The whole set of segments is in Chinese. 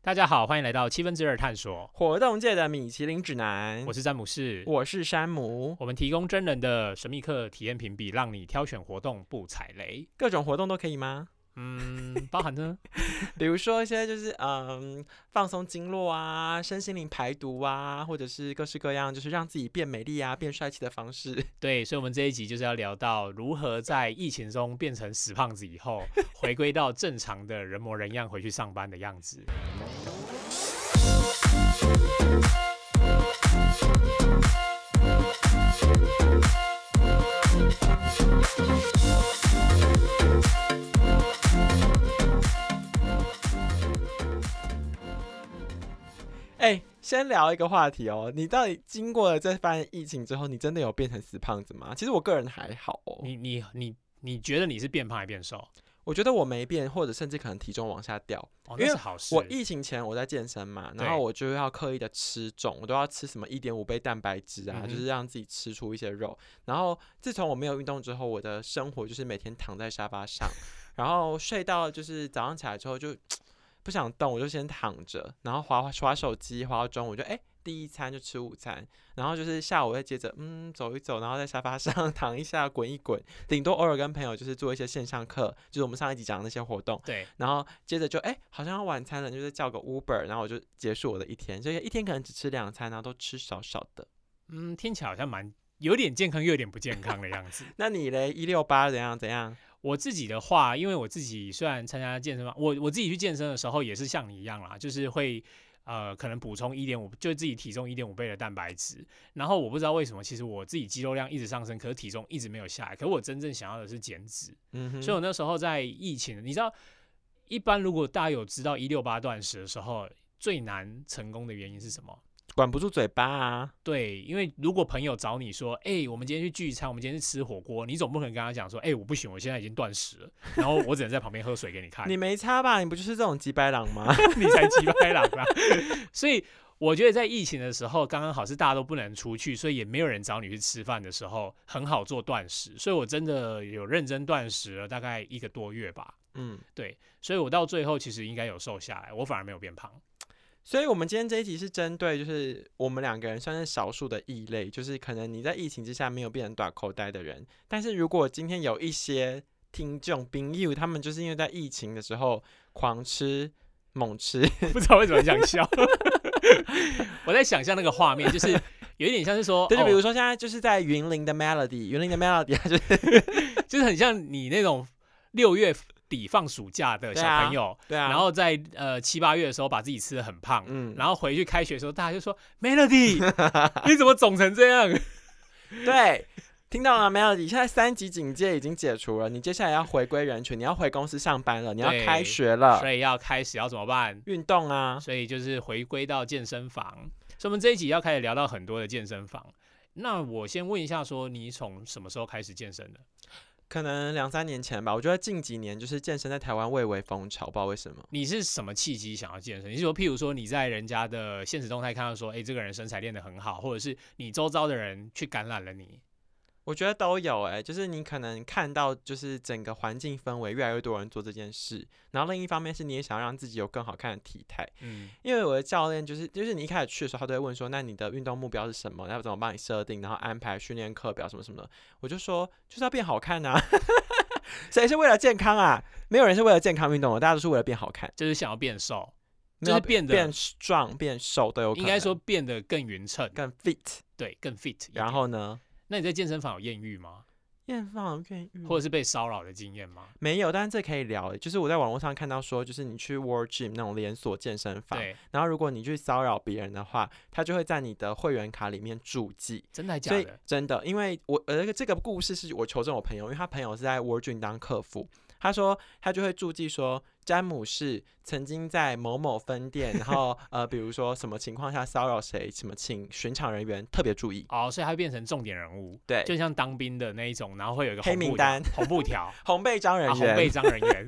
大家好，欢迎来到七分之二探索，活动界的米其林指南我。是詹姆士。我是山姆，我们提供真人的神秘客体验评比，让你挑选活动不踩雷。各种活动都可以吗？嗯，包含呢， 比如说一些就是嗯放松经络啊、身心灵排毒啊，或者是各式各样就是让自己变美丽啊、变帅气的方式。 对，所以我们这一集就是要聊到如何在疫情中变成死胖子以 后，回归到正常的人模人样回去上班的样子。哎，先聊一个话题哦，你到底经过了这番疫情之后，你真的有变成死胖子吗？其实我个人还好哦，你你你你觉得你是变胖还是变瘦？我觉得我没变，或者甚至可能体重往下掉。哦，那因为是好事。我疫情前我在健身嘛，然后对我就要刻意的吃重，我都要吃什么一点五倍蛋白质啊，嗯哼就是让自己吃出一些肉。然后自从我没有运动之后，我的生活就是每天躺在沙发上，然后睡到就是早上起来之后就不想动，我就先躺着，然后划划划手机，划到中午就哎。第一餐就吃午餐，然后就是下午再接着嗯走一走，然后在沙发上 躺一下滚一滚，顶多偶尔跟朋友就是做一些线上课，就是我们上一集讲的那些活动，对，然后接着就哎、好像要晚餐了，就是叫个 Uber，然后我就结束我的一天，所以一天可能只吃两餐，然后都吃少少的。嗯，听起来好像蛮有点健康，又有点不健康的样子。那你嘞，一六八怎样怎样？我自己的话，因为我自己虽然参加健身房，我我自己去健身的时候也是像你一样啦，就是会呃可能补充一点五，就是自己体重一点五倍的蛋白质。然后我不知道为什么，其实我自己肌肉量一直上升，可是体重一直没有下来。可我真正想要的是减脂，嗯哼，所以我那时候在疫情，你知道，一般如果大家有知道一六八断食的时候，最难成功的原因是什么？管不住嘴巴啊，对，因为如果朋友找你说，哎、我们今天去聚餐，我们今天去吃火锅，你总不可能跟他讲说，哎、我不行，我现在已经断食了，然后我只能在旁边喝水给你看，你没差吧？你不就是这种鸡白狼吗？ 你才鸡掰狼啦。 所以我觉得在疫情的时候，刚刚好是大家都不能出去，所以也没有人找你去吃饭的时候，很好做断食。所以我真的有认真断食了大概一个多月吧，嗯，所以我到最后其实应该有瘦下来，我反而没有变胖。所以我们今天这一集是针对就是我们两个人算是少数的异类，就是可能你在疫情之下没有变成短口袋的人，但是如果今天有一些听众朋友，他们就是因为在疫情的时候狂吃猛吃，不知道为什么很想笑。 我在想象那个画面，就是有一点像是 说，对，就哦比如说现在就是在云林的 Melody，云林的 Melody 啊，就是就是很像你那种六月底放暑假的小对啊朋友，对啊，然后在呃七八月的时候把自己吃的很胖，嗯，然后回去开学的时候，大家就说 Melody，你怎么肿成这样？对，听到了 Melody，现在三级警戒已经解除了，你接下来要回归人群，你要回公司上班了，你要对开学了，所以要开始要怎么办？运动啊，所以就是回归到健身房。所以我们这一集要开始聊到很多的健身房。那我先问一下说你从什么时候开始健身的？可能两三年前吧，我觉得近几年就是健身在台湾蔚为风潮，不知道为什么。你是什么契机想要健身？你是说，譬如说你在人家的现实动态看到说，哎、这个人身材练得很好，或者是你周遭的人去感染了你？我觉得都有哎、就是你可能看到，就是整个环境氛围越来越多人做这件事，然后另一方面是你也想要让自己有更好看的体态，嗯，因为我的教练就是就是你一开始去的时候，他都会问说，那你的运动目标是什么？要怎么帮你设定？然后安排训练课表什么什么的。我就说就是要变好看啊， 谁是为了健康啊？没有人是为了健康运动的，大家都是为了变好看，就是想要变瘦，没就是有变得变壮、变瘦都有可应能。该说变得更匀称，更 fit。对，更 fit 一点。然后嗯呢，那你在健身房有艳遇吗？艳放愿意或者是被骚扰的经验吗？没有，但是这可以聊。欸就是我在网络上看到说，就是你去 World Gym 那种连锁健身房，对，然后如果你去骚扰别人的话，他就会在你的会员卡里面注记。真的还假所以的？真的，因为我呃这个这个故事是我求证我朋友，因为他朋友是在 w o r g i n 当客服，他说他就会注记说詹姆士曾经在某某 分店，然后呃比如说什么情况下骚扰谁，什么请巡场人员特别注意，哦，所以他会变成重点人物，对，就像当兵的那一种，然后会有一个哎黑红布名条单、红布 条、红背章人啊、红员，背章人员。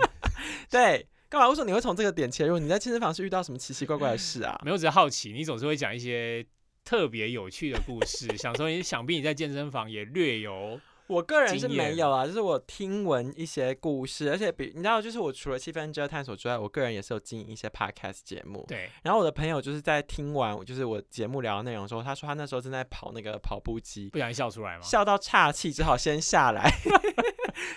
对。干嘛？为什么你会从这个点切入？你在健身房是遇到什么奇奇怪怪的事啊？没有，只是好奇，你总是会讲一些特别有趣的故事，想说你想必你在健身房也略有我个人是经没验有啊，就是我听闻一些故事，而且比你知道，就是我除了七分之二探索之外，我个人也是有经营一些 podcast 节目。对，然后我的朋友就是在听完就是我节目聊的内容的时候，他说他那时候正在跑那个跑步机，不小心笑出来嘛。笑到岔气，只好先下来，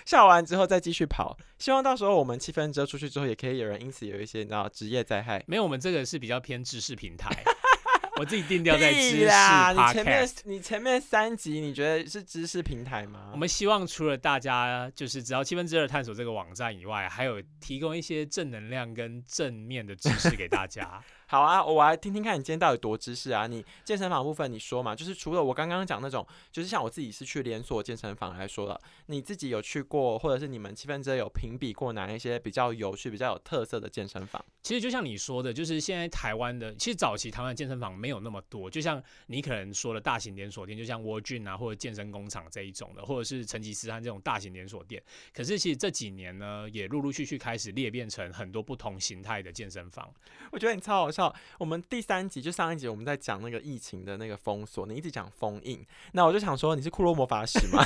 笑完之后再继续跑。希望到时候我们七分之二出去之后，也可以有人因此有一些你知道职业灾害。没有，我们这个是比较偏知识平台， 我自己定调在知屁识啦！你 podcast 前面。你前面三集你觉得是知识平台吗？我们希望除了大家就是知道七分之二探索这个网站以外，还有提供一些正能量跟正面的知识给大 家。好啊，我来听听看你今天到底多知识啊！你健身房部分你说嘛，就是除了我刚刚讲那种，就是像我自己是去连锁健身房来说了，你自己有去过，或者是你们七分之二有评比过哪一些比较有趣、比较有特色的健身房？ 其实就像你说的，就是现在台湾的，其实早期台湾的健身房没有那么多，就像你可能说的大型连锁店，就像沃郡啊或者健身工厂这一种的，或者是成吉思汗这种大型连锁店。可是其实这几年呢，也陆陆续续开始裂变成很多不同形态的健身房。我觉得你超好笑。我们第三集就上一集我们在讲那个疫情的那个封锁，你一直讲封印，那我就想说你是库洛魔法使 吗？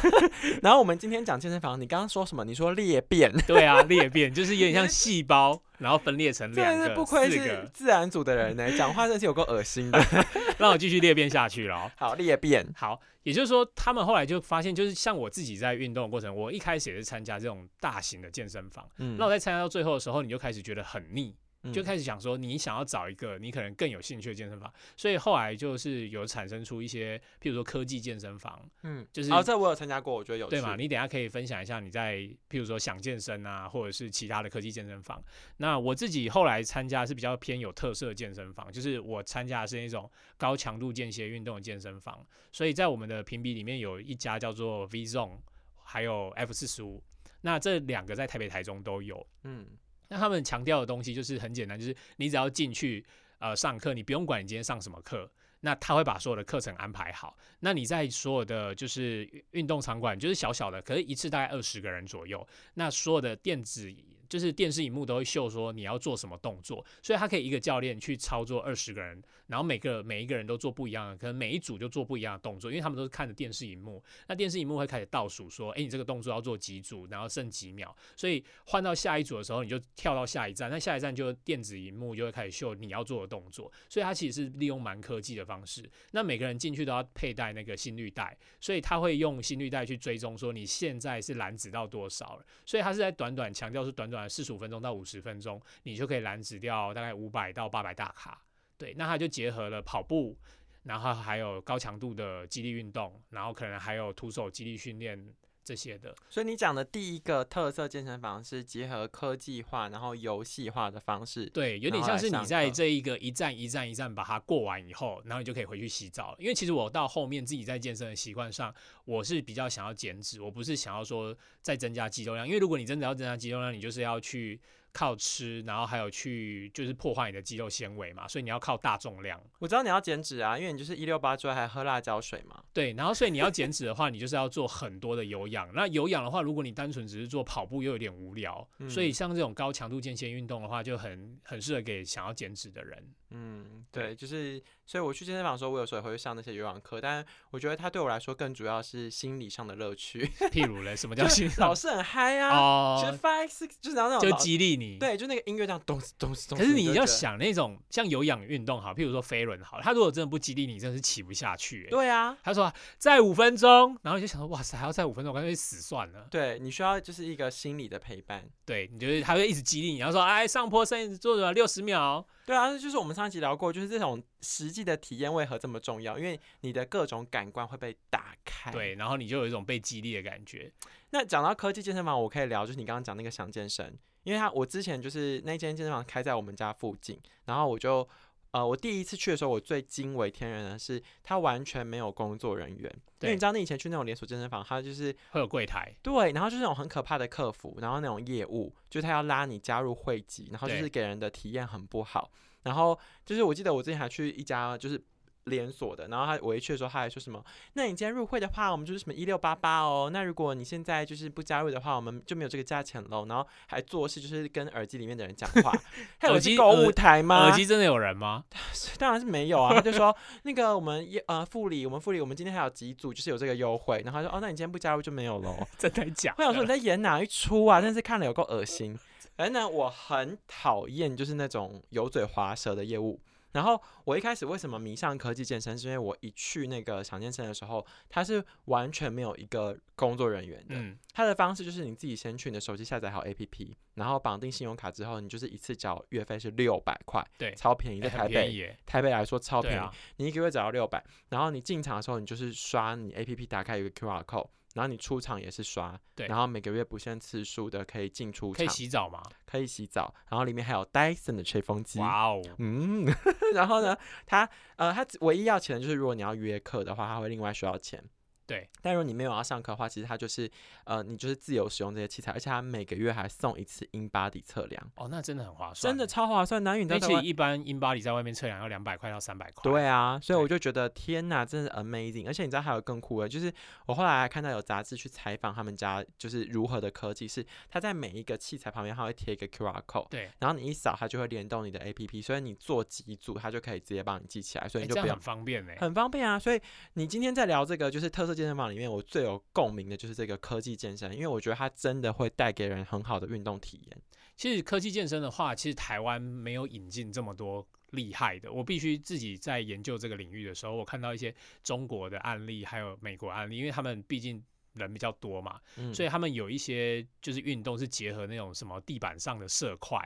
然后我们今天讲健身房，你刚刚说什么？你说裂变，对啊，裂变就是有点像细胞，然后分裂成两真的是个、不愧四 是个，自然组的人呢、欸讲话真是有够恶心的。 让我继续裂变下去了哦。好，裂变。好，也就是说，他们后来就发现，就是像我自己在运动的过程，我一开始也是参加这种大型的健身房，嗯那我在参加到最后的时候，你就开始觉得很腻，嗯就开始想说你想要找一个你可能更有兴趣的健身房，所以后来就是有产生出一些，譬如说科技健身房，嗯，就是哦，这我有参加过，我觉得有趣。对嘛？你等一下可以分享一下你在譬如说想健身啊，或者是其他的科技健身房。那我自己后来参加是比较偏有特色的健身房，就是我参加的是那种高强度间歇运动的健身房，所以在我们的评比里面有一家叫做 V Zone，还有 F 四十五。那这两个在台北、台中都有，嗯，那他们强调的东西就是很简单，就是你只要进去呃上课，你不用管你今天上什么课，那他会把所有的课程安排好。那你在所有的就是运动场馆，就是小小的，可是一次大概二十个人左右，那所有的电子。就是电视荧幕都会秀说你要做什么动作，所以他可以一个教练去操作二十个人，然后每个每一个人都做不一样的，可能每一组就做不一样的动作，因为他们都是看着电视荧幕，那电视荧幕会开始倒数说，哎、你这个动作要做几组，然后剩几秒，所以换到下一组的时候，你就跳到下一站，那下一站就电子荧幕就会开始秀你要做的动作，所以它其实是利用蛮科技的方式。那每个人进去都要佩戴那个心率带，所以它会用心率带去追踪说你现在是燃脂到多少了。所以它是在短短强调是短短四十五分钟到五十分钟，你就可以燃脂掉大概五百到八百大卡。对，那它就结合了跑步。然后还有高强度的肌力运动，然后可能还有徒手肌力训练这些的，所以你讲的第一个特色健身房是结合科技化，然后游戏化的方式。对，有点后像来是上你在课这一个一站一站一站把它过完以后，然后你就可以回去洗澡了。因为其实我到后面自己在健身的习惯上，我是比较想要减脂，我不是想要说再增加肌肉量。因为如果你真的要增加肌肉量，你就是要去靠吃，然后还有去就是破坏你的肌肉纤维嘛，所以你要靠大重量。我知道你要减脂啊，因为你就是一六八之外还喝辣椒水嘛。对，然后所以你要减脂的话，你就是要做很多的有氧。那有氧的话，如果你单纯只是做跑步，又有点无聊。嗯所以像这种高强度间歇运动的话，就很很适合给想要减脂的人。 嗯，对对，就是，所以我去健身房的时候，我有时候也会上那些有氧课，但我觉得它对我来说更主要是心理上的乐趣。 譬如嘞，什么就叫心老师很嗨啊，其实哦， five six 就是然后那就种老激励你。。对，就那个音乐这样咚哧咚哧咚哧。可是你就要觉得，想那种像有氧运动好，譬如说飞轮好了，他如果真的不激励你，真的是起不下去、欸。对啊，他说再五分钟，然后你就想说，哇塞，还要再五分钟，我干脆死算了。对你需要就是一个心理的陪伴。对，你就是他会一直激励你，然后说，哎，上坡剩做什么六十秒，对啊，就是我们上一集聊过，就是这种实际的体验为何这么重要？因为你的各种感官会被打开。，对，然后你就有一种被激励的感觉。那讲到科技健身房，我可以聊，就是你刚刚讲那个想健身，因为他我之前就是那间健身房开在我们家附近，然后我就呃，我第一次去的时候，我最惊为天人的是，它完全没有工作人员。因对为你知道，你以前去那种连锁健身房，它就是会有柜台，对，然后就是那种很可怕的客服，然后那种业务，就是他要拉你加入会籍，然后就对是给人的体验很不好。然后就是我记得我之前还去一家就是连锁的，然后他我一去的时候，他还说什么？那你今天入会的话，我们就是什么一六八八哦。那如果你现在就是不加入的话，我们就没有这个价钱喽。然后还做事就是跟耳机里面的人讲 话，还有耳机购物台吗？耳机真的有人吗？ 当然是没有啊。他就说那个我们一呃副理，我们副理，我们今天还有几组就是有这个优惠。然后他说哦，那你今天不加入就没有喽。真的假我想说你的？在演哪一出啊？真是看了有够恶心。反正呢，我很讨厌就是那种油嘴滑舌的业务。然后我一开始为什么迷上科技健身，是因为我一去那个想健身的时候，它是完全没有一个工作人员的。嗯，它的方式就是你自己先去你的手机下载好 APP，然后绑定信用卡之后，你就是一次缴月费是六百块，对超便宜，在欸台很北便宜耶，台北来说超对便宜，啊，你一个月只要六百，然后你进场的时候，你就是刷你 APP 打开有个 QR code，然后你出场也是刷，对然后每个月不限次数的可以进出可场，以洗澡吗？可以洗澡，然后里面还有 Dyson 的吹风机。哇哦，嗯， 然后呢，他呃，他唯一要钱的就是，如果你要约课的话，他会另外需要钱。对，但如果你没有要上课的话，其实他就是呃，你就是自由使用这些器材，而且他每个月还送一次 In Body 测量，哦，那真的很划算，真的。超划算。男女而都且一般英巴里在外面测量要两百块到三百块，对啊，所以对我就觉得天呐，真的 amazing！而且你知道还有更酷的，就是我后来还看到有杂志去采访他们家，就是如何的科技是，它在每一个器材旁边它会贴一个 QR code，对，然后你一扫它就会联动你的 APP，所以你做几组它就可以直接帮你记起来，所以欸你就这不样用很。方便呢。很方便啊，所以你今天在聊这个就是特色健身房里面，我最有共鸣的就是这个科技健身，因为我觉得它真的会带给人很好的运动体验。其实科技健身的话，其实台湾没有引进这么多厉害的。我必须自己在研究这个领域的时候，我看到一些中国的案例，还有美国案例，因为他们毕竟人比较多嘛，嗯，所以他们有一些就是运动是结合那种什么地板上的色块，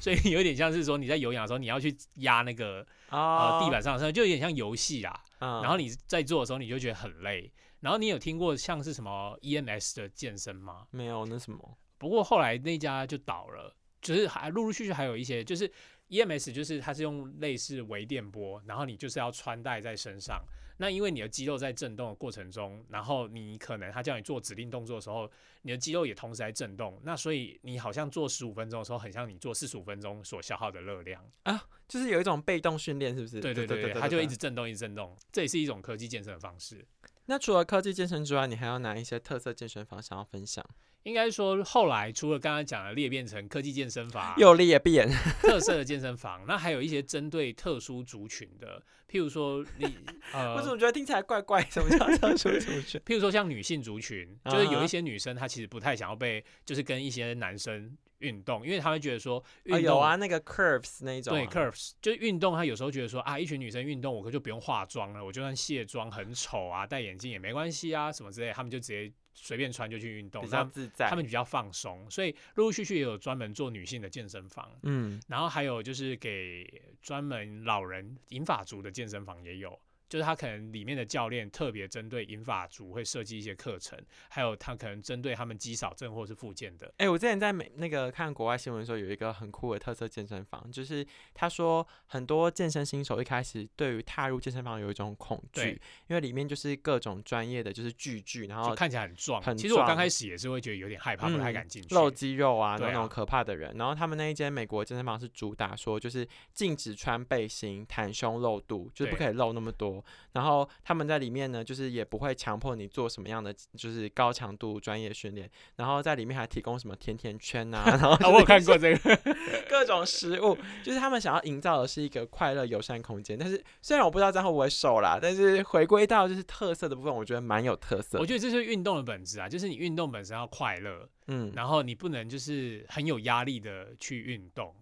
所以 有点像是说你在有氧的时候，你要去压那个啊呃地板上的色，就有点像游戏啊。嗯，然后你在做的时候，你就觉得很累。然后你有听过像是什么 EMS 的健身吗？没有那什么，不过后来那家就倒了，就是还陆陆续续还有一些，就是 EMS，就是它是用类似微电波，然后你就是要穿戴在身上。那因为你的肌肉在震动的过程中，然后你可能他叫你做指令动作的时候，你的肌肉也同时在震动，那所以你好像做十五分钟的时候，很像你做四十五分钟所消耗的热量。啊就是有一种被动训练，是不是？对对对对，它就一直震动，一直震动，这也是一种科技健身的方式。那除了科技健身之外，你还有哪一些特色健身房想要分享？应该说，后来除了刚刚讲的裂变成科技健身法，啊又立也闭 眼，特色的健身房， 那还有一些针对特殊族群的，譬如说 你我呃，怎么觉得听起来怪怪？ 什么叫特殊族群？譬如说像女性族群，就是有啊哈一些女生她其实不太想要被，就是跟一些男生运动，因为她会觉得说哦，运有动、啊，那个 curves 那一种、啊对 curves 就是运动，她有时候觉得说啊，一群女生运动，我可就不用化妆了，我就算卸妆很丑啊，戴眼镜也没关系啊，什么之类，她们就直接随便穿就去运动比，较那自在。她们比较放松，所以陆陆续续也有专门做女性的健身房。嗯，然后还有就是给专门老人银发族的健身房也有，就是他可能里面的教练特别针对银发族会设计一些课程，还有他可能针对他们肌少症或是附件的。哎、我之前在美那个看国外新闻的时候，有一个很酷的特色健身房，就是他说很多健身新手一开始对于踏入健身房有一种恐对惧，因为里面就是各种专业的就是巨巨，然就后看起来很壮，很其实我刚壮开始也是会觉得有点害怕，不太嗯敢进去。露肌肉啊，对那种啊可怕的人。然后他们那一间美国健身房是主打说，就是禁止穿背心、袒胸露肚，就是不对可以露那么多。然后他们在里面呢，就是也不会强迫你做什么样的就是高强度专业训练。然后在里面还提供什么甜甜圈啊，然后 啊，我有看过这个，各种食物，就是他们想要营造的是一个快乐友善空间。但是虽然我不知道这样会不会瘦啦，但是回归到就是特色的部分，我觉得蛮有特色我的。觉得这是运动的本质啊，就是你运动本身要快乐，嗯，然后你不能就是很有压力的去运动。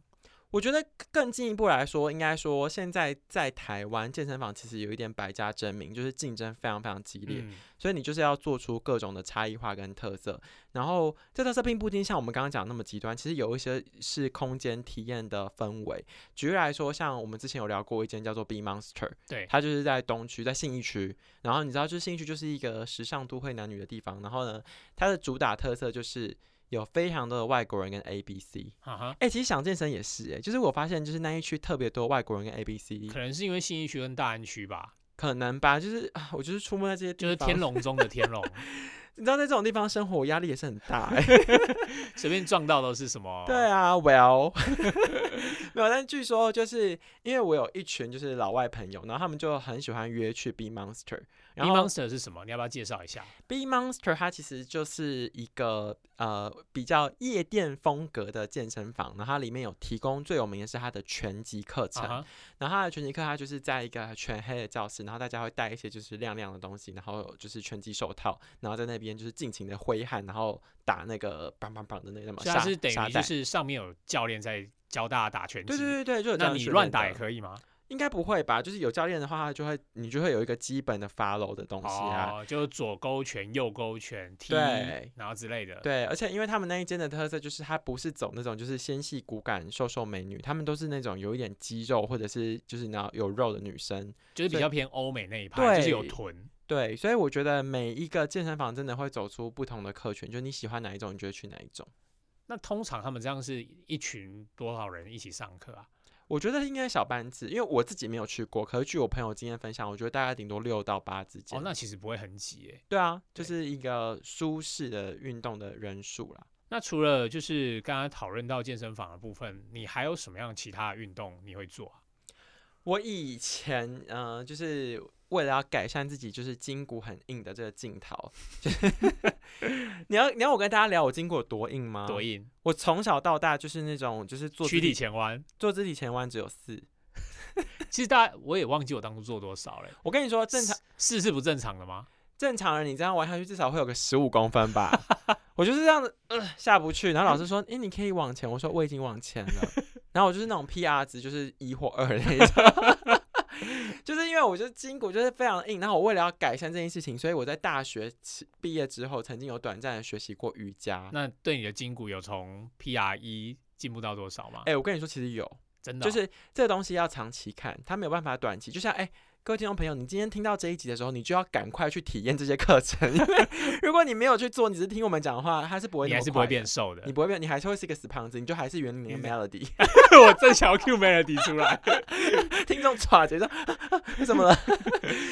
我觉得更进一步来说，应该说现在在台湾健身房其实有一点百家争鸣，就是竞争非常非常激烈，嗯，所以你就是要做出各种的差异化跟特色。然后这特色并不一定像我们刚刚讲的那么极端，其实有一些是空间体验的氛围。举例来说，像我们之前有聊过一间叫做 B Monster，对它就是在东区，在信义区。然后你知道，就是信义区就是一个时尚都会男女的地方。然后呢，它的主打特色就是有非常多的外国人跟 A B C。哈哈，哎、其实想健身也是哎、就是我发现就是那一区特别多外国人跟 A B C，可能是因为信义区跟大安区吧，可能吧，就是啊，我就是出没在这些地就是方天，龙中的天龙。你知道在这种地方生活，我压力也是很大、 欸。随便撞到都是什么？对啊，Well，没有，但据说就是因为我有一群就是老外朋友，然后他们就很喜欢约去 B Monster， ，B 然后 Monster 是什么？你要不要介绍一下？ B Monster 它其实就是一个呃比较夜店风格的健身房，然后它里面有提供最有名的是它的拳击课程，啊哈，然后它的拳击课它就是在一个全黑的教室，然后大家会带一些就是亮亮的东西，然后就是拳击手套，然后在那边就是尽情的挥汗，然后打那个棒棒棒的那个什么所以沙它是等于沙就袋是上面有教练在教大家打拳击，对对对对，就有那这样你训乱练打的也可以吗？应该不会吧？就是有教练的话，他就会你就会有一个基本的 follow 的东西啊。哦，就是左勾拳、右勾拳、踢，对然后之类的。，对，而且因为他们那一间的特色就是，他不是走那种就是纤细骨感、瘦瘦美女，他们都是那种有一点肌肉或者是就是那有肉的女生。就是比所以较偏欧美那一派，就是有对臀。对，所以我觉得每一个健身房真的会走出不同的客群，就你喜欢哪一种，你就会去哪一种。那通常他们这样是一群多少人一起上课啊？我觉得应该小班制，因为我自己没有去过，可是据我朋友经验分享，我觉得大概顶多六到八之间。哦，那其实不会很挤诶。对啊，就对是一个舒适的运动的人数啦。那除了就是刚刚讨论到健身房的部分，你还有什么样其他的运动你会做啊？我以前呃，就是为了要改善自己就是筋骨很硬的这个镜头，就是 你要你要我跟大家聊我筋骨有多硬吗？多硬、我从小到大就是那种就是啊做屈肢力前弯。做肢体前弯只有四。其实大家我也忘记我当初做多少嘞。我跟你说，正常是是不正常的吗？正常人你这样玩下去至少会有个十五公分吧。我就是这样子、呃、下不去，然后老师说：“诶、你可以往前。”我说：“我已经往前了。”然后我就是那种 PR 值就是一或二那一种， 就是因为我觉得筋骨就是非常硬。然后我为了要改善这件事情，所以我在大学起毕业之后，曾经有短暂的学习过瑜伽。那对你的筋骨有从 PR 一进步到多少吗？诶，我跟你说，其实有，真的哦、哎就是这个东西要长期看，它没有办法短期。就像哎、各位听众朋友，你今天听到这一集的时候，你就要赶快去体验这些课程， 因为如果你没有去做，你只是听我们讲的话，它是不会你那还么是不会快的变瘦的你。不会变，你还是会是一个死胖子，你就还是原你你的 melody。我正想要 Q Melody 出来。听众歘着说， 怎么了？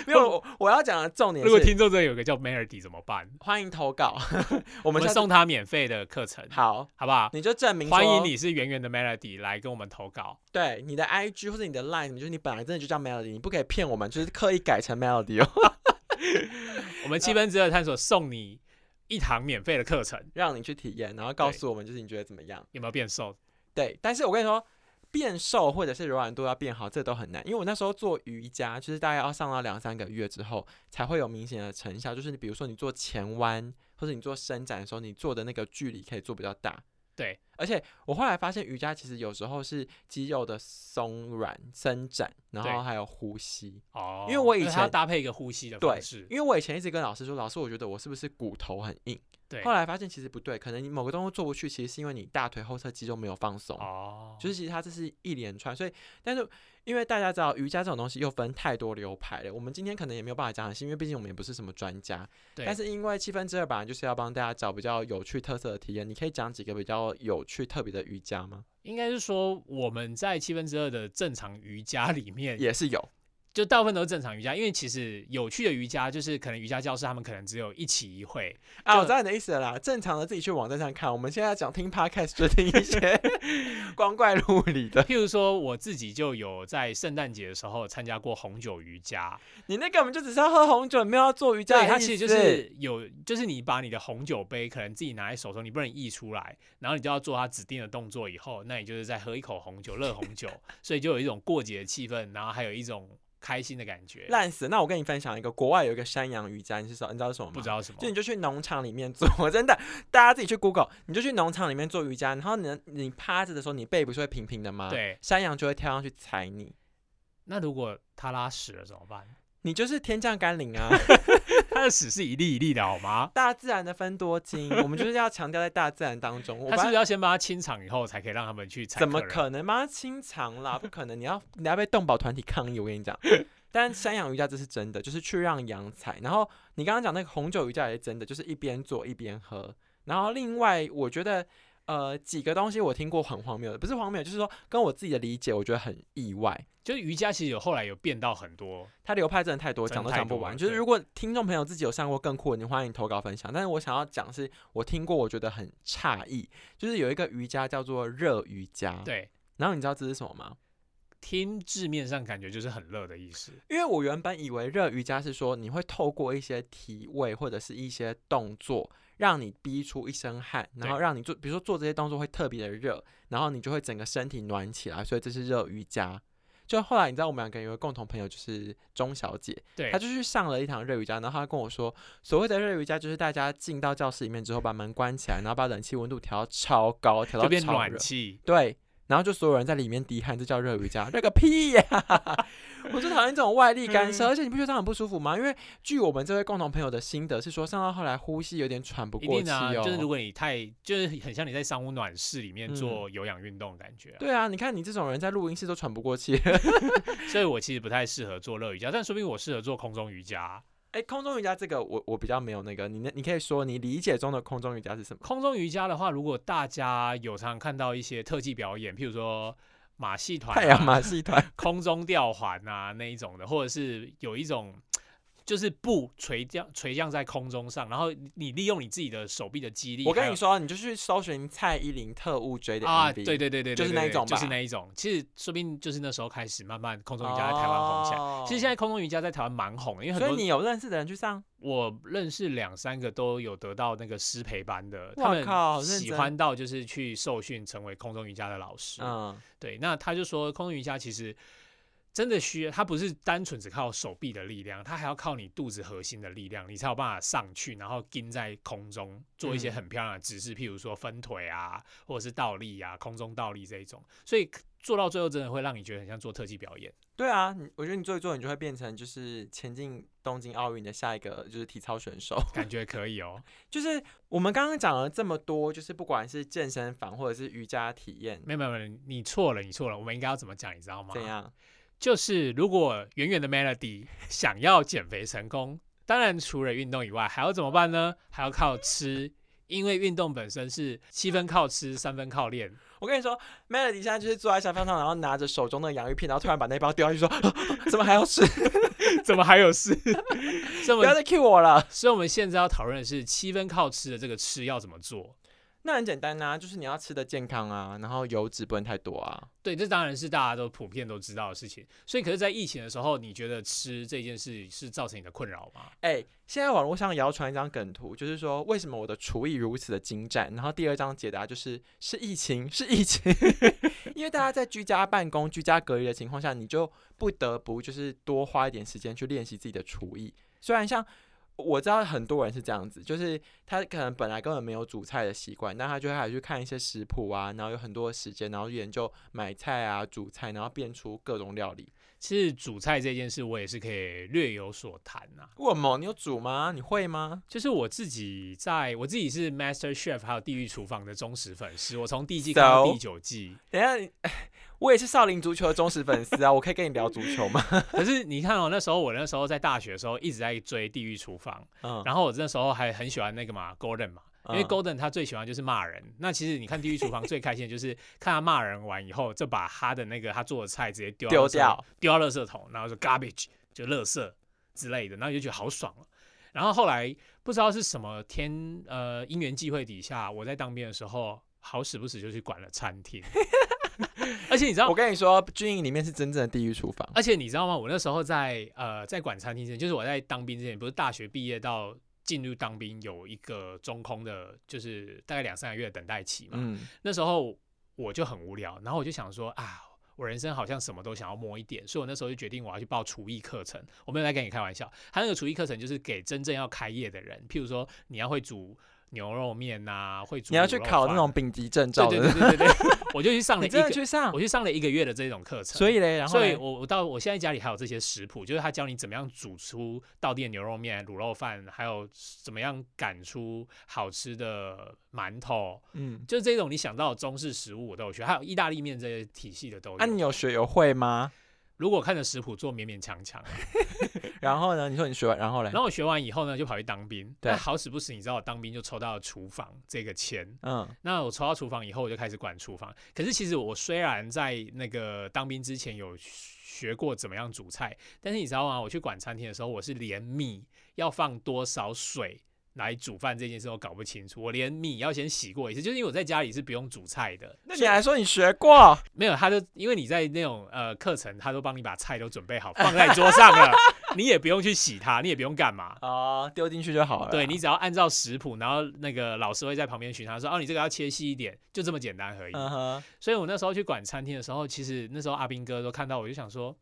没有，我我要讲的重点如果是，听众这有个叫 Melody 怎么办？欢迎投稿， 我我们们下次送他免费的课程，好，好不好？你就证明欢说迎，你是圆圆的 Melody 来跟我们投稿。对你的 IG 或者你的 Line，就是你本来真的就叫 melody，你不可以骗我们，就是刻意改成 melody 哦， 我们七分之二探索送你一堂免费的课程，让你去体验，然后告诉我们就是你觉得怎么样。有没有变瘦？对，但是我跟你说，变瘦或者是柔软度要变好，这都很难。因为我那时候做瑜伽，就是大概要上到两三个月之后，才会有明显的成效。就是你比如说你做前弯或者你做伸展的时候，你做的那个距离可以做比较大。对，而且我后来发现瑜伽其实有时候是肌肉的松软、伸展，然对后还有呼吸。哦，因为我以那它要前搭配一个呼吸的对方式，因为我以前一直跟老师说，老师，我觉得我是不是骨头很硬？对，后来发现其实不对，可能你某个动作做不去，其实是因为你大腿后侧肌肉没有放松。哦，就是其实它这是一连串，所以但是因为大家知道瑜伽这种东西又分太多流派了，我们今天可能也没有办法讲很细，因为毕竟我们也不是什么专家。对但是因为七分之二本来就是要帮大家找比较有趣特色的体验，你可以讲几个比较有趣特别的瑜伽吗？应该是说我们在七分之二的正常瑜伽里面，也是有，就大部分都是正常瑜伽，因为其实有趣的瑜伽就是可能瑜伽教室他们可能只有一期一会，啊，就我知道你的意思了啦。正常的自己去网站上看，我们现在讲听 podcast 就听一 些光怪陆离的。譬如说，我自己就有在圣诞节的时候参加过红酒瑜伽，你那个我们就只是要喝红酒，没有要做瑜伽对，的意思。它其实就是有，就是你把你的红酒杯可能自己拿在手中，你不能溢出来，然后你就要做它指定的动作，以后那你就是在喝一口红酒，热红酒， 所以就有一种过节的气氛，然后还有一种开心的感觉。烂死。那我跟你分享一个，国外有一个山羊瑜伽，你是知道你知道是什么吗？不知道什么就，你就去农场里面做， 真的，大家自己去 Google，你就去农场里面做瑜伽，然后你的你趴着的时候，你背不是会平平的吗？，对，山羊就会跳上去踩你，那如果它拉屎了怎么办？你就是天降甘 霖啊，它的屎是一粒一粒的好吗？大自然的分多精，我们就是要强调在大自然当中，我它是不把是要先把它清场以后，才可以让他们去踩怎么客人？可能帮他清肠啦？不可能，你要你要被动保团体抗议，我跟你讲。 但山羊瑜伽这是真的，就是去让羊踩。然后你刚刚讲那个红酒瑜伽也是真的，就是一边做一边喝。然后另外，我觉得呃几个东西我听过很荒谬的，不是荒谬，就是说跟我自己的理解，我觉得很意外。就是瑜伽其实有后来有变到很多，它流派真的太多，真讲都太讲不多完。了就是对如果听众朋友自己有上过更酷的，你欢迎投稿分享。但是我想要讲的是我听过，我觉得很诧异，就是有一个瑜伽叫做热瑜伽。。对，然后你知道这是什么吗？听字面上感觉就是很热的意思，因为我原本以为热瑜伽是说你会透过一些体位或者是一些动作，让你逼出一身汗，然后让你做，比如说做这些动作会特别的热，然后你就会整个身体暖起来，所以这是热瑜伽。就后来你知道我们两个有个共同朋友就是钟小姐，对她，就去上了一堂热瑜伽，然后她跟我说，所谓的热瑜伽就是大家进到教室里面之后把门关起来，然后把冷气温度调到超高，调就到变超热暖，气，对，然后就所有人在里面滴汗，这叫热瑜伽，热个屁呀、 我最讨厌这种外力嗯干涉，而且你不觉得它很不舒服吗？因为据我们这位共同朋友的心得是说，上到后来呼吸有点喘不一过气定啊，哦。嗯就是如果你太就是很像你在商务暖室里面做有氧运动的感觉啊、对啊，你看你这种人在录音室都喘不过气。所以我其实不太适合做热瑜伽，但说不定我适合做空中瑜伽。 哎，空中瑜伽这个我我比较没有那个，你那你可以说你理解中的空中瑜伽是什么？空中瑜伽的话，如果大家有常常看到一些特技表演，譬如说马戏团、啊太阳、马戏团，空中吊环啊那一种的，或者是有一种就是布垂降垂降在空中上，然后你利用你自己的手臂的肌力，我还跟有你说，啊你就去搜寻蔡依林特务追的 E MV，、哦啊，对对对对，对就是那对一种就是吧那一种。其实说不定就是那时候开始慢慢空中瑜伽在台湾红起来。哦其实现在空中瑜伽在台湾蛮红的，因为很所以多你有认识的人去上，我认识两三个都有得到那个师培班的，哇他们靠认喜真欢到就是去受训成为空中瑜伽的老师。嗯，对，那他就说空中瑜伽其实真的需要，它不是单纯只靠手臂的力量，它还要靠你肚子核心的力量，你才有办法上去，然后盯在空中做一些嗯很漂亮的姿势，譬如说分腿啊，或者是倒立啊，空中倒立这一种，所以做到最后真的会让你觉得很像做特技表演。对啊，你我觉得你做一做，你就会变成就是前进东京奥运的下一个就是体操选手。 感觉可以哦。就是我们刚刚讲了这么多，就是不管是健身房或者是瑜伽体验，没有没啊有，没有你错了，你错了。我们应该要怎么讲，你知道吗？怎样？就是如果远远的 Melody 想要减肥成功，当然除了运动以外，还要怎么办呢？还要靠吃，因为运动本身是七分靠吃，三分靠练。我跟你说，Melody 现在就是坐在沙发上，然后拿着手中的洋芋片，然后突然把那包丢下去，说、 啊啊怎么还要吃？ 怎么还有事？所以我不们，要再 cue 我了。所以我们现在要讨论的是七分靠吃的这个吃要怎么做。那很简单呐、就是你要吃的健康啊，然后油脂不能太多啊。对，这当然是大家都普遍都知道的事情。所以，可是，在疫情的时候，你觉得吃这件事是造成你的困扰吗？哎、现在网络上谣传一张梗图，就是说为什么我的厨艺如此的精湛。然后第二张解答就是是疫情，是疫情， 因为大家在居家办公、居家隔离的情况下，你就不得不就是多花一点时间去练习自己的厨艺。虽然像我知道很多人是这样子，就是他可能本来根本没有煮菜的习惯，但他就会还去看一些食谱啊，然后有很多的时间，然后研究买菜啊、煮菜，然后变出各种料理。其实煮菜这件事，我也是可以略有所谈啊呐、我某，你有煮吗？你会吗？就是我自己在，我自己是 Master Chef 还有地狱厨房的忠实粉丝，我从第一季 So？看到第九季。等一下你， 我也是少林足球的忠实粉丝啊，我可以跟你聊足 球吗？可是你看哦，那时候我那时候在大学的时候一直在追地狱厨房，嗯，然后我那时候还很喜欢那个嘛 Golden 嘛，因为嗯 Golden 他最喜欢就是骂人。那其实你看地狱厨房最开心的就是看他骂人完以后，就把他的那个他做的菜直接丢到丢垃圾掉，丢到垃圾桶，然后就 garbage 就垃圾之类的，然后你就觉得好爽了。然后后来不知道是什么天呃因缘际会底下，我在当兵的时候，好死不死就去管了餐厅， 而且你知道我跟你说，军营里面是真正的地狱厨房。而且你知道吗？我那时候在呃在管餐厅之前，就是我在当兵之前，不是大学毕业到进入当兵有一个中空的，就是大概两三个月的等待期嘛。嗯，那时候我就很无聊，然后我就想说啊，我人生好像什么都想要摸一点，所以我那时候就决定我要去报厨艺课程。我没有在跟你开玩笑，他那个厨艺课程就是给真正要开业的人，譬如说你要会煮牛肉面呐、会煮你要去卤肉考那饭种丙级证对照对的，对对对对，我就去上了你一真的个，去 上我？去上了一个月的这种课程。所以嘞，然后所以嘞我我到我现在家里还有这些食谱，就是他教你怎么样煮出道地的牛肉面、卤肉饭，还有怎么样擀出好吃的馒头，嗯，就是这种你想到的中式食物我都有学，还有意大利面这些啊体系的都有。那你有学有会吗？ 如果看着食谱做，勉勉强强啊。然后呢，你说你学完，然后嘞然，后我学完以后呢，就跑去当兵。对那好死不死，你知道我当兵就抽到了厨房这个签。嗯那我抽到厨房以后，我就开始管厨房。可是其实我虽然在那个当兵之前有学过怎么样煮菜，但是你知道吗？我去管餐厅的时候，我是连米要放多少水来煮饭这件事我搞不清楚，我连米要先洗过一次，就是因为我在家里是不用煮菜的。那你所以还说你学过？没有，他就因为你在那种呃课程，他都帮你把菜都准备好放在桌上了，你也不用去洗它，你也不用干 嘛。哦，丢进去就好了啦。对你只要按照食谱，然后那个老师会在旁边巡查说，哦，你这个要切细一点，就这么简单而已。嗯哼，所以我那时候去管餐厅的时候，其实那时候阿兵哥都看到我，就想说，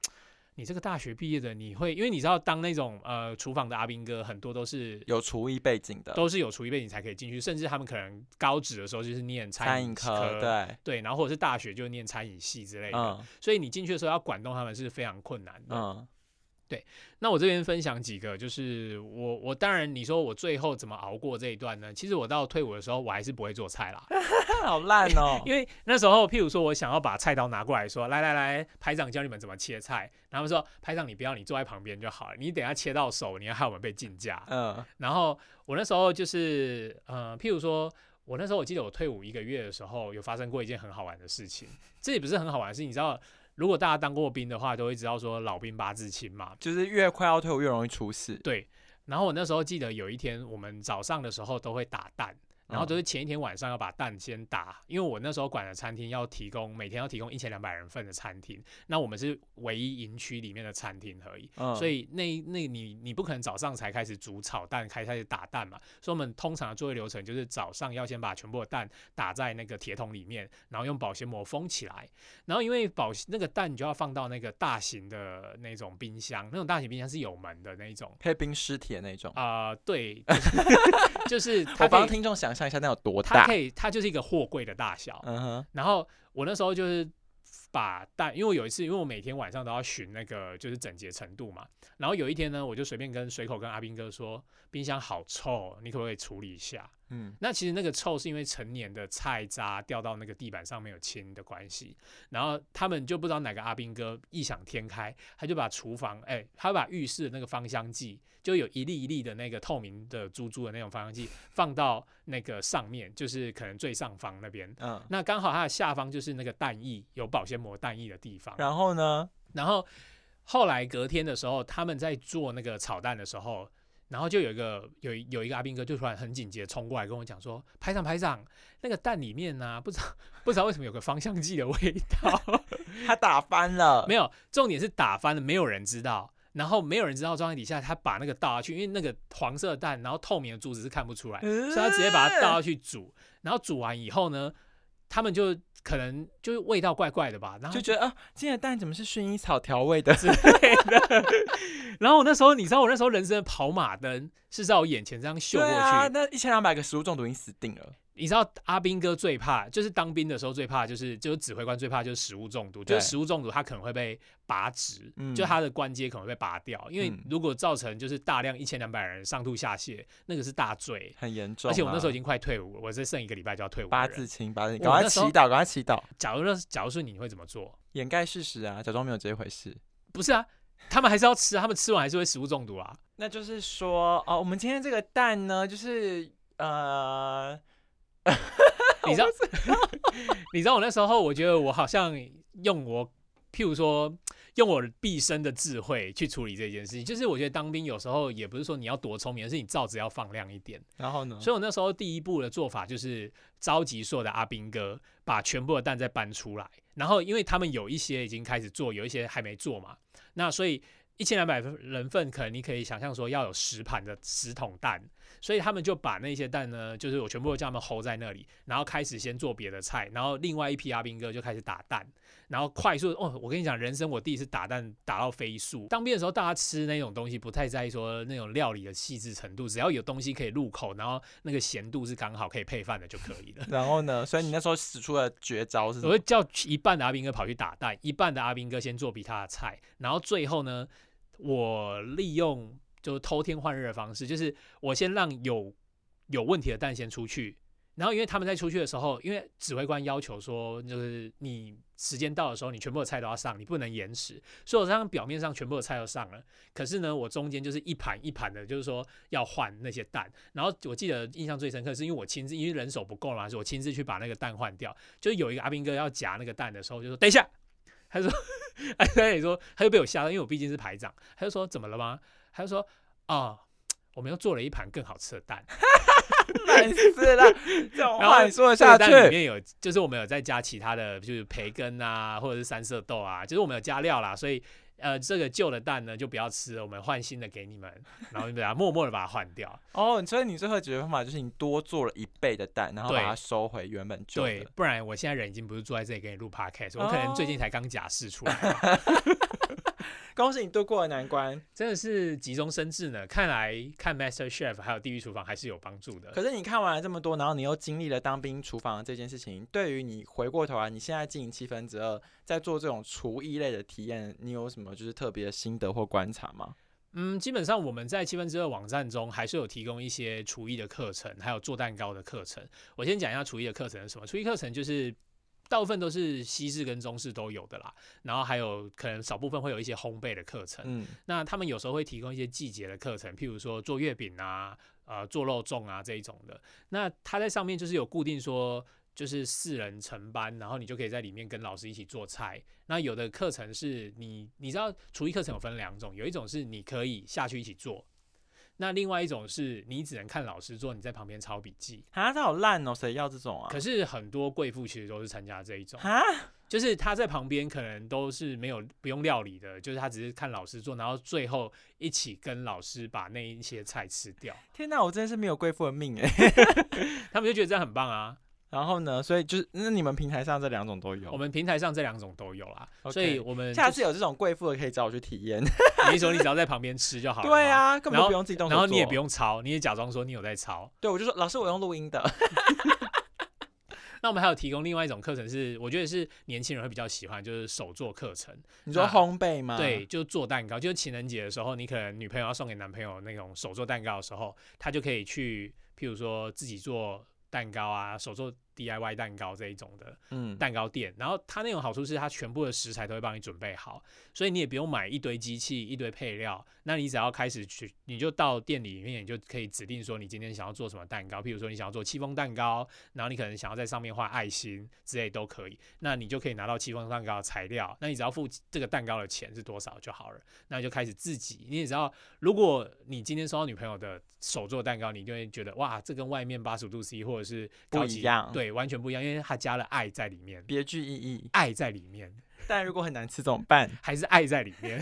你这个大学毕业的，你会因为你知道当那种呃厨房的阿兵哥，很多都是有厨艺背景的都是有厨艺背景才可以进去，甚至他们可能高职的时候就是念餐饮饮科，对，对，然后或者是大学就念餐饮系之类的，嗯所以你进去的时候要管动他们是非常困难的。嗯 那我这边分享几个，就是我我当然你说我最后怎么熬过这一段呢？其实我到退伍的时候，我还是不会做菜啦，。好烂 哦因为那时候譬如说我想要把菜刀拿过来说，来来来，排长教你们怎么切菜，然后他们说排长你不要你坐在旁边就好了，你等一下切到手，你要害我们被竞价。嗯然后我那时候就是呃，譬如说。我那时候我记得我退伍一个月的时候，有发生过一件很好玩的事情。这也不是很好玩的事情，你知道，如果大家当过兵的话，都会知道说老兵八字轻嘛。就是越快要退伍越容易出事。对，然后我那时候记得有一天，我们早上的时候都会打蛋，然后都是前一天晚上要把蛋先打，因为我那时候管的餐厅要提供每天要提供一千两百人份的餐厅，那我们是唯一营区里面的餐厅而已。嗯所以那那你你不可能早上才开始煮炒蛋，开开始打蛋嘛，所以我们通常的作业流程就是早上要先把全部的蛋打在那个铁桶里面，然后用保鲜膜封起来，然后因为保那个蛋你就要放到那个大型的那种冰箱，那种大型冰箱是有门的那一种，可以冰尸体的那种。啊、 对，就是就是它我可帮以，听众想象一下那有多它大可。以，它就是一个货柜的大小。嗯哼，然后我那时候就是把蛋，因为我有一次，因为我每天晚上都要巡那个就是整洁程度嘛。然后有一天呢，我就随便跟随口跟阿斌哥说，冰箱好臭哦，你可不可以处理一下？嗯那其实那个臭是因为成年的菜渣掉到那个地板上面有清的关系，然后他们就不知道哪个阿兵哥异想天开，他就把厨房，哎、他把浴室的那个芳香剂，就有一粒一粒的那个透明的珠珠的那种芳香剂，放到那个上面，就是可能最上方那边。嗯，那刚好它的下方就是那个蛋液，有保鲜膜蛋液的地方。然后呢？然后后来隔天的时候，他们在做那个炒蛋的时候，然后就有一个有一有一个阿兵哥就突然很紧急地冲过来跟我讲说：“排长，排长，那个蛋里面呢、不知道不知道为什么有个芳香剂的味道， 他打翻了。没有，重点是打翻了，没有人知道。”然后没有人知道状态底下，他把那个倒下去，因为那个黄色的蛋，然后透明的珠子是看不出来，嗯所以他直接把它倒下去煮。然后煮完以后呢，他们就可能就是味道怪怪的吧，然后就觉得啊，今天的蛋怎么是薰衣草调 味的？然后我那时候，你知道我那时候人生的跑马灯是在我眼前这样秀对过去。啊，那一千两百个食物中毒已经死定了。你知道阿兵哥最怕，就是当兵的时候最怕，就是就是指挥官最怕就是食物中毒，就是对食物中毒他可能会被拔职，嗯就他的关节可能会被拔掉，因为嗯如果造成就是大量一千两百人上吐下泻，那个是大罪。很严重啊、而且我那时候已经快退伍了，我只剩一个礼拜就要退伍了。八字清八字我清，赶快那时祈候祷，赶快祈祷，假如说，假如说你会怎么做？掩盖事实啊，假装没有这一回事。不是啊，他们还是要吃啊，他们吃完还是会食物中毒啊。那就是说，哦，我们今天这个蛋呢，就是呃， 你知道，你知道我那时候，我觉得我好像用我，譬如说，用我毕生的智慧去处理这件事情。就是我觉得当兵有时候也不是说你要多聪明，而是你罩子要放亮一点。然后呢？所以我那时候第一步的做法就是召集所有的阿兵哥，把全部的蛋再搬出来。然后因为他们有一些已经开始做，有一些还没做嘛，那所以。一千两百人份，可能你可以想象说要有十盘的十桶蛋，所以他们就把那些蛋呢，就是我全部都叫他们 hold 在那里，然后开始先做别的菜，然后另外一批阿兵哥就开始打蛋，然后快速哦，我跟你讲，人生我第一次打蛋打到飞速。当兵的时候，大家吃那种东西不太在意说那种料理的细致程度，只要有东西可以入口，然后那个咸度是刚好可以配饭的就可以了。然后呢？所以你那时候使出的绝招是什我么会？叫一半的阿兵哥跑去打蛋，一半的阿兵哥先做比他的菜，然后最后呢，我利用就是偷天换日的方式，就是我先让有有问题的蛋先出去，然后因为他们在出去的时候，因为指挥官要求说，就是你时间到的时候，你全部的菜都要上，你不能延迟。所以我这样表面上全部的菜都上了，可是呢，我中间就是一盘一盘的，就是说要换那些蛋。然后我记得印象最深刻，是因为我亲自，因为人手不够嘛，所以我亲自去把那个蛋换掉。就是有一个阿兵哥要夹那个蛋的时候，就说等一下，他说， 他也说，他就被我吓到，因为我毕竟是排长，他就说怎么了吗？他就说啊、我们又做了一盘更好吃的蛋。 烂死了，这种然后话你说得这下个蛋里去？面有，就是我们有再加其他的，就是培根啊，或者是三色豆啊，就是我们有加料啦，所以呃，这个旧的蛋呢就不要吃了，我们换新的给你们， 然后你们把它默默的把它换掉，哦，所以你最后的解决方法就是你多做了一倍的蛋，然后把对它收回原本旧对的，。哦不然我现在人已经不是坐在这里给你录 podcast，我可能最近才刚假释出来，恭喜你度过了难关。真的是急中生智呢。看来看 Master Chef 还有地狱厨房还是有帮助的。可是你看完了这么多，然后你又经历了当兵厨房这件事情，对于你回过头来，你现在经营七分之二，在做这种厨艺类的体验，你有什么就是特别的心得或观察吗？嗯，基本上我们在七分之二网站中还是有提供一些厨艺的课程，还有做蛋糕的课程。我先讲一下厨艺的课程是什么。厨艺课程就是大部分都是西式跟中式都有的啦，然后还有可能少部分会有一些烘焙的课程。嗯，那他们有时候会提供一些季节的课程，譬如说做月饼啊、呃做肉粽啊这一种的。那他在上面就是有固定说，就是四人成班，然后你就可以在里面跟老师一起做菜。那有的课程是你你知道厨艺课程有分两种，有一种是你可以下去一起做。那另外一种是你只能看老师做，你在旁边抄笔记。啊，这好烂哦，谁要这种啊可？是很多贵妇其实都是参加这一种，啊，就是他在旁边可能都是没有不用料理的，就是他只是看老师做，然后最后一起跟老师把那一些菜吃掉，天哪，我真的是没有贵妇的命哎。他们就觉得这样很棒啊。然后呢，所以就是那你们平台上这两种都有，我们平台上这两种都有啦 OK 所以我们下次有这种贵妇的可以找我去体验。你说你只要在旁边吃就好了。对。啊，根本然就后不用自己动手然后你也做不。用抄，你也假装说你有在抄。对，我就说老师，我用录音的。 那我们还有提供另外一种课程是，我觉得是年轻人会比较喜欢，就是手作课程。你说啊烘焙吗？对，，就做蛋糕，就是情人节的时候，你可能女朋友要送给男朋友那种手做蛋糕的时候，她就可以去，譬如说自己做蛋糕啊，手做 DIY 蛋糕这一种的嗯，蛋糕店。然后它那种好处是，它全部的食材都会帮你准备好，所以你也不用买一堆机器、一堆配料，那你只要开始去，你就到店里面，你就可以指定说你今天想要做什么蛋糕，譬如说你想要做戚风蛋糕，然后你可能想要在上面画爱心之类都可以，那你就可以拿到戚风蛋糕的材料，那你只要付这个蛋糕的钱是多少就好了，那你就开始自己，你也知道，如果你今天收到女朋友的手做蛋糕，你就会觉得哇，这跟外面八十五度 C 或者是高不一级样对，完全不一样，因为它加了爱在里面，别具意义。爱在里面，但如果很难吃怎么办？还是爱在里面。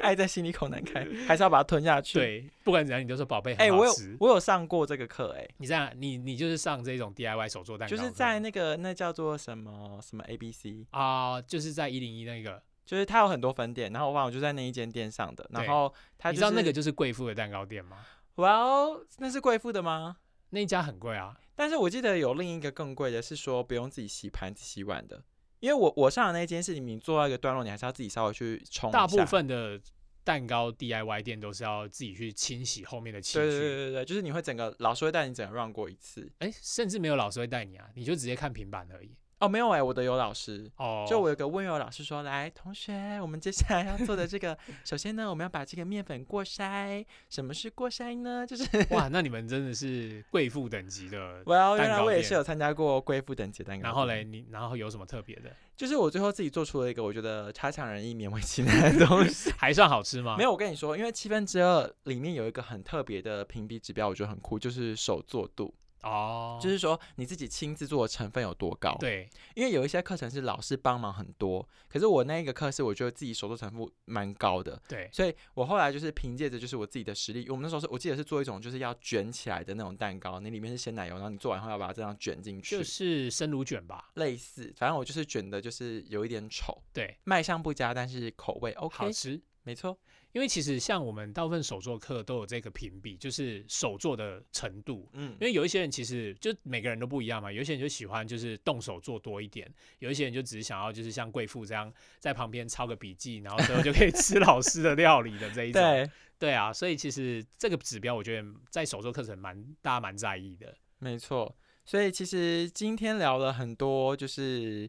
爱在心里口 难开，还 是要把它吞下去。，对，不管怎样，你都说宝贝哎、很我好有吃。我有上过这个课、哎，你这样，你你就是上这种 DIY 手做蛋糕就的吗，是在那个那叫做什么什么 A B C，啊、就是在一零一那个，就是它有很多分店，然后我忘了我就在那一间店上的，然对后它、你知道那个就是贵妇的蛋糕店吗？ ，Well，那是贵妇的吗？那一家很贵啊，但是我记得有另一个更贵的是说不用自己洗盘子洗碗的，因为我我上的那间是你做到一个段落，你还是要自己稍微去冲一大部下分的蛋糕 DIY 店都是要自己去清洗后面的器对对具，对对对，就是你会整个老师会带你整个 run 过一次。哎，甚至没有老师会带你啊，你就直接看平板而已。哦，没有哎、我的有老师，哦，就我有个温柔老师说，来，同学，我们接下来要做的这 个，首先呢，我们要把这个面粉过筛。什么是过筛呢？就是 哇，那你们真的是贵妇等级的。我要，原蛋来糕我也店是有参加过贵妇等级蛋糕。然后嘞，，你然后有什么特别的？就是我最后自己做出了一个我觉得差强人意、勉为其难的东 西。还算好吃吗？没有，我跟你说，因为七分之二里面有一个很特别的评比指标，我觉得很酷，就是手做度，哦，就是说你自己亲自做的成分有多高。对，因为有一些课程是老师帮忙很多，可是我那一个课是我觉得自己手作程度蛮高的，对所以我后来就是凭借着就是我自己的实力，我们那时候是我记得是做一种就是要卷起来的那种蛋糕，你里面是鲜奶油，然后你做完后要把它这样卷进去，就是生乳卷吧，类似，反正我就是卷的就是有一点丑，对，卖相不佳，但是口味好 OK，吃。没错，因为其实像我们大部分手作课都有这个评比，就是手作的程度。嗯因，为有一些人其实就每个人都不一样嘛，有一些人就喜欢就是动手做多一点，有一些人就只是想要就是像贵妇这样在旁边抄个笔记，然后最后就可以吃老师的料理的这一种。对， 对啊，所以其实这个指标我觉得在手作课程蛮大家蛮在意的。没错。所以其实今天聊了很多，就是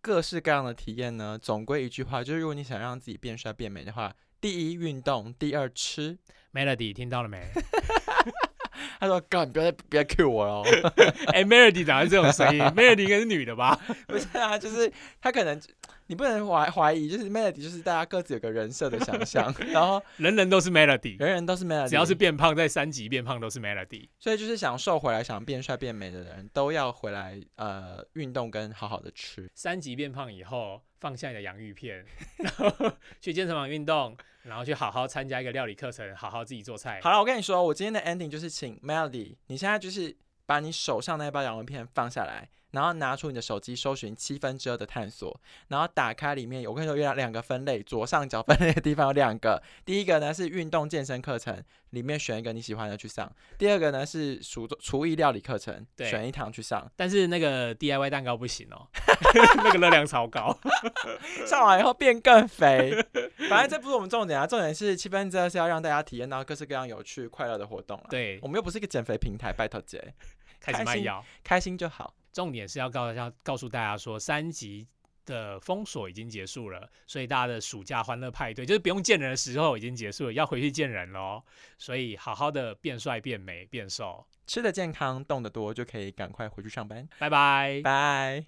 各式各样的体验呢。总归一句话，就是如果你想让自己变帅变美的话，第一运动，第二吃。 Melody 听到了没？他说：“哥，你不要再不要 Q 我了。” 哦哎、m e l o d y 长成这种 声音，Melody 应该是女的吧？ 不是啊，就是他可能你不能怀怀疑，就是 Melody 就是大家各自有个人设的想象，然后人人都是 Melody，人人都是 Melody，只要是变胖，在三级变胖都是 Melody。所以就是想瘦回来、想变帅变美的人都要回来呃运动跟好好的吃。三级变胖以后，放下你的洋芋 片，然后去健身房运动，然后去好好参加一个料理课程，好好自己做菜。好了，我跟你说，我今天的 ending 就是请 Melody，你现在就是把你手上那包洋芋片放下来。然后拿出你的手机，搜寻七分之二的探索，然后打开里面，我跟你说有两两个分类，左上角分类的地方有两个，第一个呢是运动健身课程，里面选一个你喜欢的去上；第二个呢是厨厨艺料理课程，对选一堂去上。但是那个 DIY 蛋糕不行 哦，那个热量超高。上完以后变 更肥，反正这不是我们重点啊，重点是七分之二是要让大家体验到各式各样有趣快乐的活动了。对我，们又不是一个减肥平台，拜托姐，开始开卖心药。开心就好。重点是要告诉大家，告诉大家说，三级的封锁已经结束了，所以大家的暑假欢乐派对就是不用见人的时候已经结束了，要回去见人喽。所以好好的变帅、变美、变瘦，吃的健康，动得多，就可以赶快回去上班。拜拜。拜。